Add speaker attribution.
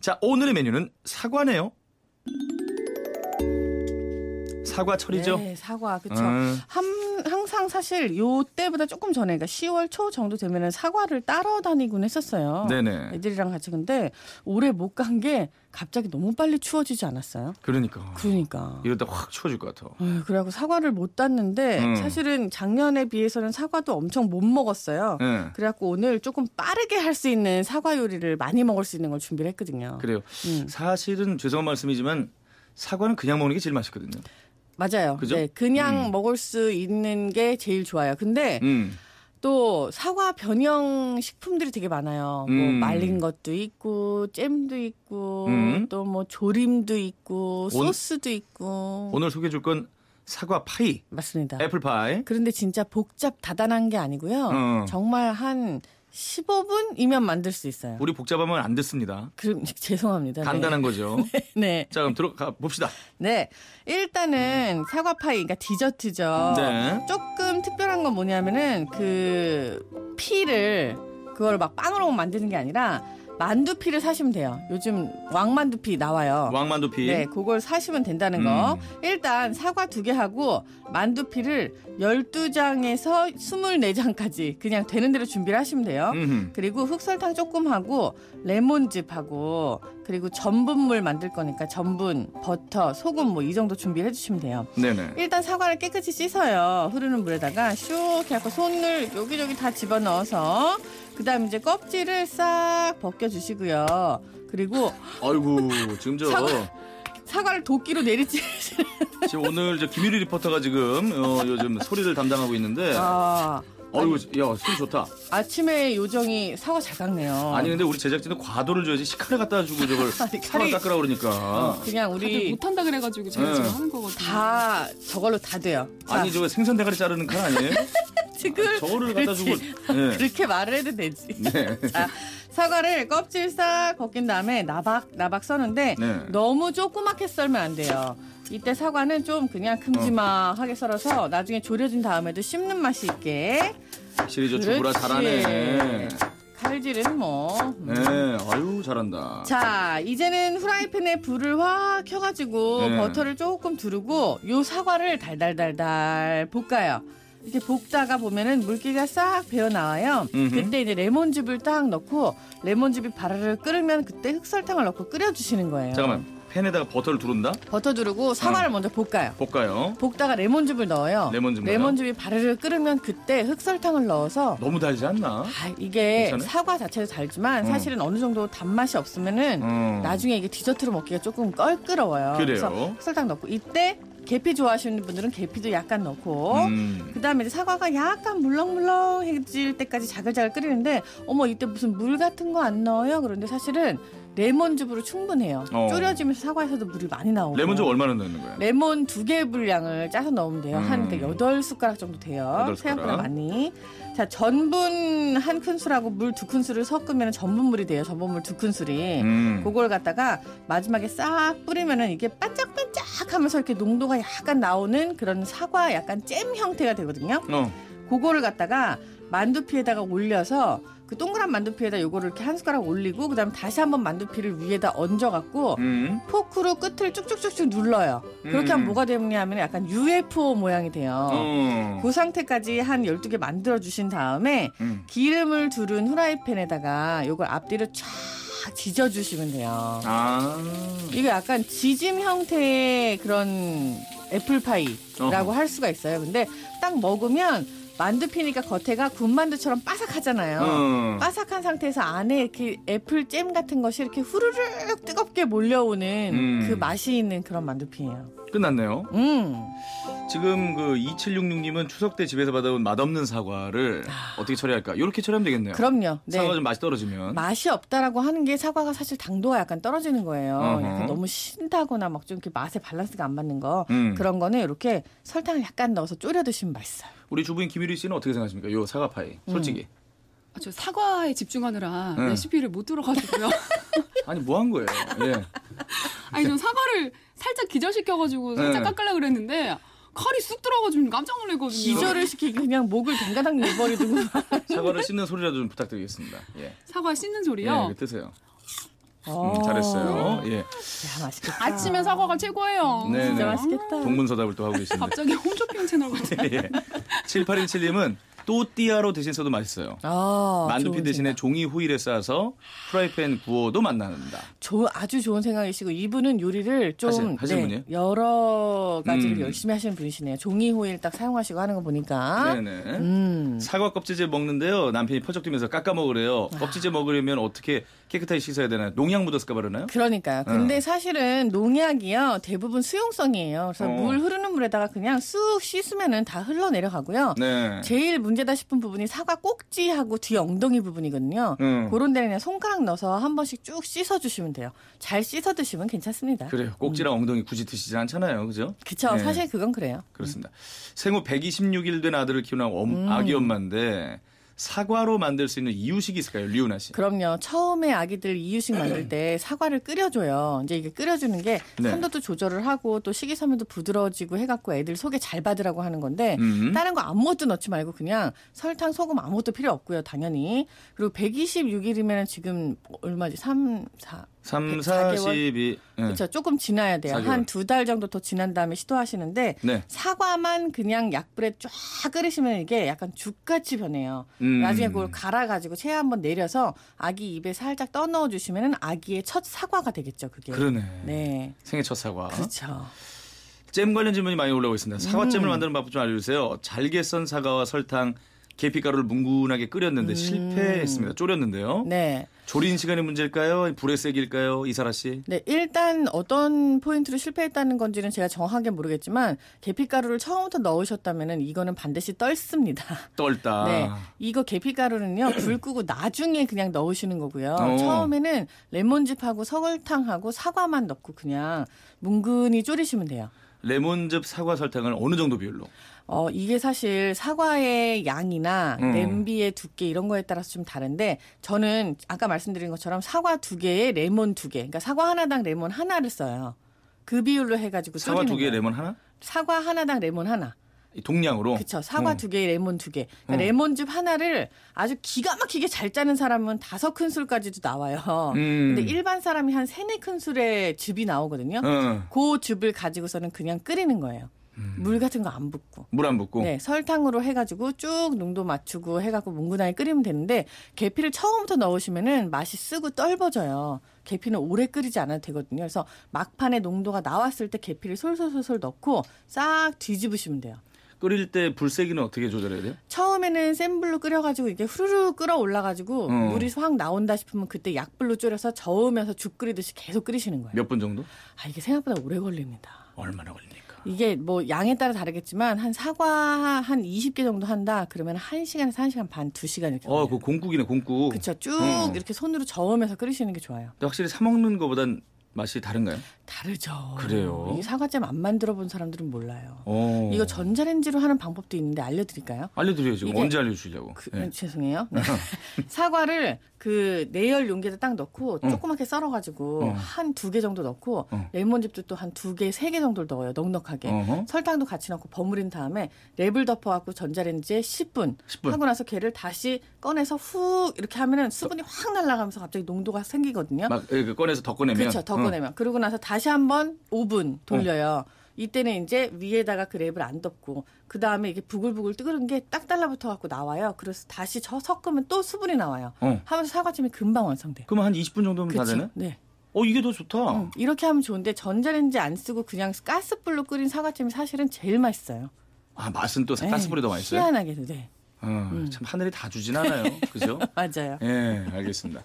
Speaker 1: 자, 오늘의 메뉴는 사과네요. 사과 철이죠.
Speaker 2: 네, 사과 그렇죠.
Speaker 1: 음.
Speaker 2: 항상 사실 요 때보다 조금 전에 그러니까 10월 초 정도 되면은 사과를 따러 다니곤 했었어요.
Speaker 1: 네네.
Speaker 2: 애들이랑 같이 근데 올해 못 간 게 갑자기 너무 빨리 추워지지 않았어요?
Speaker 1: 그러니까.
Speaker 2: 그러니까.
Speaker 1: 이러다 확 추워질 것 같아.
Speaker 2: 어휴, 그래갖고 사과를 못 땄는데
Speaker 1: 음.
Speaker 2: 사실은 작년에 비해서는 사과도 엄청 못 먹었어요.
Speaker 1: 예.
Speaker 2: 그래갖고 오늘 조금 빠르게 할 수 있는 사과 요리를 많이 먹을 수 있는 걸 준비를 했거든요.
Speaker 1: 그래요.
Speaker 2: 음.
Speaker 1: 사실은 죄송한 말씀이지만 사과는 그냥 먹는 게 제일 맛있거든요.
Speaker 2: 맞아요.
Speaker 1: 그죠?
Speaker 2: 네, 그냥
Speaker 1: 음.
Speaker 2: 먹을 수 있는 게 제일 좋아요. 근데
Speaker 1: 음.
Speaker 2: 또 사과 변형 식품들이 되게 많아요. 뭐
Speaker 1: 음.
Speaker 2: 말린 것도 있고 잼도 있고
Speaker 1: 음.
Speaker 2: 또 뭐 조림도 있고
Speaker 1: 온-
Speaker 2: 소스도 있고
Speaker 1: 오늘 소개해 줄 건 사과 파이,
Speaker 2: 맞습니다.
Speaker 1: 애플 파이.
Speaker 2: 그런데 진짜 복잡 다단한 게 아니고요.
Speaker 1: 어.
Speaker 2: 정말 한 15분이면 만들 수 있어요.
Speaker 1: 우리 복잡하면 안 듣습니다.
Speaker 2: 그럼 죄송합니다. 네.
Speaker 1: 간단한 거죠.
Speaker 2: 네.
Speaker 1: 자, 그럼 들어가 봅시다.
Speaker 2: 네. 일단은 사과 파이 그러니까 디저트죠.
Speaker 1: 네.
Speaker 2: 조금 특별한 건 뭐냐면은 그 피를 그걸 막 빵으로 만드는 게 아니라 만두피를 사시면 돼요. 요즘 왕만두피 음. 나와요.
Speaker 1: 왕만두피.
Speaker 2: 네, 그걸 사시면 된다는 거. 일단 사과 두 개 하고 만두피를 12장에서 24장까지 그냥 되는 대로 준비를 하시면 돼요.
Speaker 1: 음흠.
Speaker 2: 그리고 흑설탕 조금 하고 레몬즙하고 그리고 전분물 만들 거니까 전분, 버터, 소금 뭐 이 정도 준비해 주시면 돼요.
Speaker 1: 네네.
Speaker 2: 일단 사과를 깨끗이 씻어요. 흐르는 물에다가 슉 해갖고 손을 여기저기 다 집어넣어서 그다음 이제 껍질을 싹 벗겨주시고요. 그리고
Speaker 1: 아이고, 지금 저
Speaker 2: 사과- 사과를 도끼로 내리치시는
Speaker 1: 지금 오늘 저 김유리 리포터가 지금 어, 요즘 소리를 담당하고 있는데
Speaker 2: 아,
Speaker 1: 아이고, 야, 소리 좋다.
Speaker 2: 아침에 요정이 사과 잘 깎네요.
Speaker 1: 아니 근데 우리 제작진은 과도를 줘야지 시카를 갖다 주고 저걸 사과 깎으라 그러니까.
Speaker 2: 그냥
Speaker 3: 다들
Speaker 2: 우리
Speaker 3: 못한다 그래가지고 제가
Speaker 1: 네.
Speaker 3: 지금 하는 거거든요.
Speaker 2: 네. 다 저걸로 다 돼요. 자,
Speaker 1: 아니 저 생선 대가리 자르는 칼 아니에요?
Speaker 2: 지금
Speaker 1: 저거를 갖다 주고.
Speaker 2: 그렇지.
Speaker 1: 네.
Speaker 2: 그렇게 말을 해도 되지.
Speaker 1: 네.
Speaker 2: 자, 아, 사과를 껍질 싹 벗긴 다음에 나박 나박 써는데
Speaker 1: 네.
Speaker 2: 너무 조그맣게 썰면 안 돼요. 이때 사과는 좀 그냥 큼지막하게 썰어서 나중에 졸여준 다음에도 씹는 맛이 있게
Speaker 1: 시리즈
Speaker 2: 그렇지.
Speaker 1: 주부라 잘하네.
Speaker 2: 칼질은 뭐.
Speaker 1: 네, 아유 잘한다.
Speaker 2: 자, 이제는 후라이팬에 불을 확 켜가지고
Speaker 1: 네.
Speaker 2: 버터를 조금 두르고 요 사과를 달달달달 볶아요. 이렇게 볶다가 보면은 물기가 싹 배어 나와요.
Speaker 1: 음흠.
Speaker 2: 그때 이제 레몬즙을 딱 넣고 레몬즙이 바르르 끓으면 그때 흑설탕을 넣고 끓여주시는 거예요.
Speaker 1: 잠깐만 팬에다가 버터를 두른다?
Speaker 2: 버터 두르고 사과를 먼저 볶아요.
Speaker 1: 볶아요.
Speaker 2: 볶다가 레몬즙을 넣어요.
Speaker 1: 레몬즙 넣어요?
Speaker 2: 레몬즙이 바르르 끓으면 그때 흑설탕을 넣어서
Speaker 1: 너무 달지 않나?
Speaker 2: 아, 이게
Speaker 1: 괜찮아요?
Speaker 2: 사과 자체도 달지만
Speaker 1: 음.
Speaker 2: 사실은 어느 정도 단맛이 없으면은
Speaker 1: 음.
Speaker 2: 나중에 아, 이게 디저트로 먹기가 조금 껄끄러워요.
Speaker 1: 그래요?
Speaker 2: 서 설탕 넣고 이때 계피 좋아하시는 분들은 계피도 약간 넣고
Speaker 1: 음.
Speaker 2: 그다음에 이제 사과가 약간 물렁물렁해질 때까지 자글자글 끓이는데 어머 이때 무슨 물 같은 거 안 넣어요? 그런데 사실은 레몬즙으로 충분해요.
Speaker 1: 어.
Speaker 2: 졸여지면서 사과에서도 물이 많이 나오고
Speaker 1: 레몬즙 얼마나 넣는 거야?
Speaker 2: 레몬 두 개 분량을 짜서 넣으면 돼요.
Speaker 1: 음.
Speaker 2: 한 여덟 숟가락 정도 돼요.
Speaker 1: 여덟 숟가락.
Speaker 2: 생각보다 많이. 자, 전분 한 큰술하고 물 두 큰술을 섞으면 전분물이 돼요. 전분물 두 큰술이.
Speaker 1: 음.
Speaker 2: 그걸 갖다가 마지막에 싹 뿌리면은 이게 반짝반짝 하면서 이렇게 농도가 약간 나오는 그런 사과 약간 잼 형태가 되거든요.
Speaker 1: 어.
Speaker 2: 그거를 갖다가 만두피에다가 올려서 그 동그란 만두피에다 요거를 이렇게 한 숟가락 올리고 그다음에 다시 한번 만두피를 위에다 얹어 갖고
Speaker 1: 음.
Speaker 2: 포크로 끝을 쭉쭉쭉쭉 눌러요. 그렇게
Speaker 1: 음.
Speaker 2: 하면 뭐가 되느냐 하면 약간 UFO 모양이 돼요.
Speaker 1: 어.
Speaker 2: 그 상태까지 한 12개 만들어 주신 다음에
Speaker 1: 음.
Speaker 2: 기름을 두른 후라이팬에다가 요걸 앞뒤로 쫙 지져 주시면 돼요.
Speaker 1: 아.
Speaker 2: 이게 약간 지짐 형태의 그런 애플파이라고
Speaker 1: 어허.
Speaker 2: 할 수가 있어요. 근데 딱 먹으면 만두피니까 겉에가 군만두처럼 바삭하잖아요.
Speaker 1: 어.
Speaker 2: 바삭한 상태에서 안에 이렇게 애플 잼 같은 것이 이렇게 후루룩 뜨겁게 몰려오는
Speaker 1: 음.
Speaker 2: 그 맛이 있는 그런 만두피예요.
Speaker 1: 끝났네요.
Speaker 2: 음,
Speaker 1: 지금 그 2766님은 추석 때 집에서 받아온 맛없는 사과를 어떻게 처리할까? 이렇게 처리하면 되겠네요.
Speaker 2: 그럼요. 네.
Speaker 1: 사과 좀 맛이 떨어지면.
Speaker 2: 맛이 없다라고 하는 게 사과가 사실 당도가 약간 떨어지는 거예요.
Speaker 1: 어허.
Speaker 2: 약간 너무 신다거나 막 좀 이렇게 맛의 밸런스가 안 맞는 거.
Speaker 1: 음.
Speaker 2: 그런 거는 이렇게 설탕을 약간 넣어서 졸여 드시면 맛있어요.
Speaker 1: 우리 주부인 김유리 씨는 어떻게 생각하십니까? 요 사과 파이.
Speaker 2: 음.
Speaker 1: 솔직히.
Speaker 3: 아, 저 사과에 집중하느라
Speaker 1: 네.
Speaker 3: 레시피를 못 들어가지고요.
Speaker 1: 아니 뭐 한 거예요? 예.
Speaker 3: 아니 저 사과를 살짝 기절시켜가지고
Speaker 1: 네.
Speaker 3: 살짝 깎으려 그랬는데 칼이 쑥 들어가지고 깜짝 놀랐거든요.
Speaker 2: 기절을 시키기 그냥 목을 댕가닥 내버리두고
Speaker 1: 사과를 씹는 소리라도 좀 부탁드리겠습니다. 예.
Speaker 3: 사과 씻는
Speaker 1: 예,
Speaker 3: 소리요.
Speaker 1: 이거 드세요.
Speaker 2: 어.
Speaker 1: 음, 잘했어요. 예.
Speaker 2: 야, 맛있겠다.
Speaker 3: 아침에 사과가 최고예요.
Speaker 1: 네,
Speaker 2: 어,
Speaker 1: 네.
Speaker 2: 진짜 맛있겠다.
Speaker 1: 동문서답을 또 하고 계십니다.
Speaker 3: 갑자기 홈쇼핑 채널 같은.
Speaker 1: 예. 7817님은 또띠아로 대신 써도 맛있어요.
Speaker 2: 아,
Speaker 1: 만두피
Speaker 2: 좋은
Speaker 1: 대신에
Speaker 2: 생각.
Speaker 1: 종이 호일에 싸서 프라이팬 구워도 맛나는다.
Speaker 2: 조- 아주 좋은 생각이시고 이분은 요리를 좀 네,
Speaker 1: 하시- 하시는 분이에요?
Speaker 2: 여러 가지를
Speaker 1: 음.
Speaker 2: 열심히 하시는 분이시네요. 종이 호일 딱 사용하시고 하는 거 보니까
Speaker 1: 네네.
Speaker 2: 아. 음.
Speaker 1: 사과 껍질째 먹는데요. 남편이 퍼쩍 뛰면서 깎아 먹으래요. 껍질째 먹으려면 어떻게 깨끗하게 씻어야 되나요? 농약 묻었을까 바르나요? 어.
Speaker 2: 그러니까요. 근데 사실은 농약이요 대부분 수용성이에요. 그래서
Speaker 1: 어.
Speaker 2: 물 흐르는 물에다가 그냥 쑥 씻으면은 다 흘러 내려가고요.
Speaker 1: 네.
Speaker 2: 제일 문제다 싶은 부분이 사과 꼭지하고 뒤 엉덩이 부분이거든요.
Speaker 1: 음.
Speaker 2: 그런 데는 그냥 손가락 넣어서 한 번씩 쭉 씻어 주시면 돼요. 잘 씻어 드시면 괜찮습니다.
Speaker 1: 그래요.
Speaker 2: 음.
Speaker 1: 꼭지랑 엉덩이 굳이 드시지 않잖아요. 그죠?
Speaker 2: 그쵸.
Speaker 1: 네.
Speaker 2: 사실 그건 그래요.
Speaker 1: 그렇습니다. 생후 126일 된 아들을 키우는 엄-
Speaker 2: 음.
Speaker 1: 아기 엄마인데 사과로 만들 수 있는 이유식이 있을까요? 리우나 씨.
Speaker 2: 그럼요. 처음에 아기들 이유식 만들 때 사과를 끓여줘요. 이제 이게 끓여주는 게
Speaker 1: 음. 네.
Speaker 2: 산도도 조절을 하고 또 식이섬유도 부드러워지고 해갖고 애들 속에 잘 받으라고 하는 건데
Speaker 1: 음.
Speaker 2: 다른 거 아무것도 넣지 말고 그냥 설탕, 소금 아무것도 필요 없고요. 당연히. 그리고 126일이면 지금 얼마지? 3, 4.
Speaker 1: 3, 4,
Speaker 2: 104개월?
Speaker 1: 12. 네.
Speaker 2: 그렇죠. 조금 지나야 돼요.
Speaker 1: 사개월.
Speaker 2: 한 두 달 정도 더 지난 다음에 시도하시는데
Speaker 1: 네.
Speaker 2: 사과만 그냥 약불에 쫙 끓이시면 이게 약간 죽같이 변해요.
Speaker 1: 음.
Speaker 2: 나중에 그걸 갈아가지고 체에 한번 내려서 아기 입에 살짝 떠넣어 주시면 아기의 첫 사과가 되겠죠. 그게.
Speaker 1: 그러네. 아.
Speaker 2: 네.
Speaker 1: 생애 첫 사과.
Speaker 2: 그렇죠.
Speaker 1: 잼 관련 질문이 많이 올라오고 있습니다.
Speaker 2: 음.
Speaker 1: 사과잼을 만드는 방법 좀 알려주세요. 잘게 썬 사과와 설탕, 계피가루를 뭉근하게
Speaker 2: 음.
Speaker 1: 끓였는데 실패했습니다. 졸였는데요.
Speaker 2: 네.
Speaker 1: 조린 시간의 문제일까요? 불의 세기일까요? 이사라 씨.
Speaker 2: 네, 일단 어떤 포인트로 실패했다는 건지는 제가 정확하게 모르겠지만 계피가루를 처음부터 넣으셨다면은 이거는 반드시 떨습니다.
Speaker 1: 떨다.
Speaker 2: 네, 이거 계피가루는요 불 끄고 나중에 그냥 넣으시는 거고요.
Speaker 1: 어.
Speaker 2: 처음에는 레몬즙하고 설탕하고 사과만 넣고 그냥 뭉근히 졸이시면 돼요.
Speaker 1: 레몬즙, 사과, 설탕을 어느 정도 비율로?
Speaker 2: 어, 이게 사실 사과의 양이나
Speaker 1: 음.
Speaker 2: 냄비의 두께 이런 거에 따라서 좀 다른데 저는 아까 말씀드린 것처럼 사과 두 개에 레몬 두 개. 그러니까 사과 하나당 레몬 하나를 써요. 그 비율로 해가지고
Speaker 1: 사과 두
Speaker 2: 졸이는
Speaker 1: 개에
Speaker 2: 거예요.
Speaker 1: 레몬 하나?
Speaker 2: 사과 하나당 레몬 하나.
Speaker 1: 이 동량으로.
Speaker 2: 그쵸. 사과
Speaker 1: 어.
Speaker 2: 두 개, 레몬 두 개. 그러니까
Speaker 1: 음.
Speaker 2: 레몬즙 하나를 아주 기가 막히게 잘 짜는 사람은 다섯 큰술까지도 나와요.
Speaker 1: 음.
Speaker 2: 근데 일반 사람이 한 세네 큰술의 즙이 나오거든요.
Speaker 1: 어.
Speaker 2: 그 즙을 가지고서는 그냥 끓이는 거예요.
Speaker 1: 음.
Speaker 2: 물 같은 거 안 붓고.
Speaker 1: 물안 붓고.
Speaker 2: 네, 설탕으로 해가지고 쭉 농도 맞추고 해갖고 뭉근하게 끓이면 되는데 계피를 처음부터 넣으시면은 맛이 쓰고 떫어져요. 계피는 오래 끓이지 않아도 되거든요. 그래서 막판에 농도가 나왔을 때 계피를 솔솔솔솔 넣고 싹 뒤집으시면 돼요.
Speaker 1: 끓일 때 불세기는 어떻게 조절해야 돼요?
Speaker 2: 처음에는 센 불로 끓여가지고 이게 후루룩 끓어올라가지고
Speaker 1: 음.
Speaker 2: 물이 확 나온다 싶으면 그때 약불로 졸여서 저으면서 죽 끓이듯이 계속 끓이시는 거예요.
Speaker 1: 몇 분 정도?
Speaker 2: 아 이게 생각보다 오래 걸립니다.
Speaker 1: 얼마나 걸립니까?
Speaker 2: 이게 뭐 양에 따라 다르겠지만 한 사과 한 20개 정도 한다 그러면 한 시간에서 한 시간 반, 두 시간 이렇게.
Speaker 1: 어,
Speaker 2: 걸려요.
Speaker 1: 그 공국이네, 공국.
Speaker 2: 그쵸 쭉
Speaker 1: 음.
Speaker 2: 이렇게 손으로 저으면서 끓이시는 게 좋아요.
Speaker 1: 근데 확실히 사 먹는 거보단 맛이 다른가요?
Speaker 2: 다르죠.
Speaker 1: 그래요?
Speaker 2: 이 사과잼 안 만들어 본 사람들은 몰라요.
Speaker 1: 어.
Speaker 2: 이거 전자레인지로 하는 방법도 있는데 알려드릴까요?
Speaker 1: 알려드려야죠.
Speaker 2: 이게-
Speaker 1: 언제 알려주려고?
Speaker 2: 그,
Speaker 1: 예.
Speaker 2: 죄송해요. 네. 사과를 그 내열 용기에다 딱 넣고
Speaker 1: 어.
Speaker 2: 조그맣게 썰어가지고
Speaker 1: 어.
Speaker 2: 한 두 개 정도 넣고
Speaker 1: 어.
Speaker 2: 레몬즙도 또 한 두 개, 세 개 정도 를 넣어요. 넉넉하게.
Speaker 1: 어허.
Speaker 2: 설탕도 같이 넣고 버무린 다음에 랩을 덮어갖고 전자레인지에 10분,
Speaker 1: 10분.
Speaker 2: 하고 나서 걔를 다시 꺼내서 훅 이렇게 하면은 수분이 확 날아가면서 갑자기 농도가 생기거든요.
Speaker 1: 막 예, 그 꺼내서 더 꺼내면.
Speaker 2: 그렇죠. 더
Speaker 1: 어.
Speaker 2: 꺼내면. 그러고 나서 다시 한번 5분 돌려요. 이때는 이제 위에다가 그 랩을 안 덮고 그 다음에 이게 부글부글 뜨거운 게 딱 달라붙어 갖고 나와요. 그래서 다시 저 섞으면 또 수분이 나와요.
Speaker 1: 어.
Speaker 2: 하면서 사과찜이 금방 완성돼.
Speaker 1: 그럼 한 20분 정도면 다
Speaker 2: 그치?
Speaker 1: 되나?
Speaker 2: 네.
Speaker 1: 어 이게 더 좋다.
Speaker 2: 음, 이렇게 하면 좋은데 전자레인지 안 쓰고 그냥 가스불로 끓인 사과찜이 사실은 제일 맛있어요.
Speaker 1: 아 맛은 또 가스불이 더 맛있어요.
Speaker 2: 희한하게도 네.
Speaker 1: 어, 참 하늘이 다 주진 않아요. 그죠?
Speaker 2: 맞아요.
Speaker 1: 예, 알겠습니다.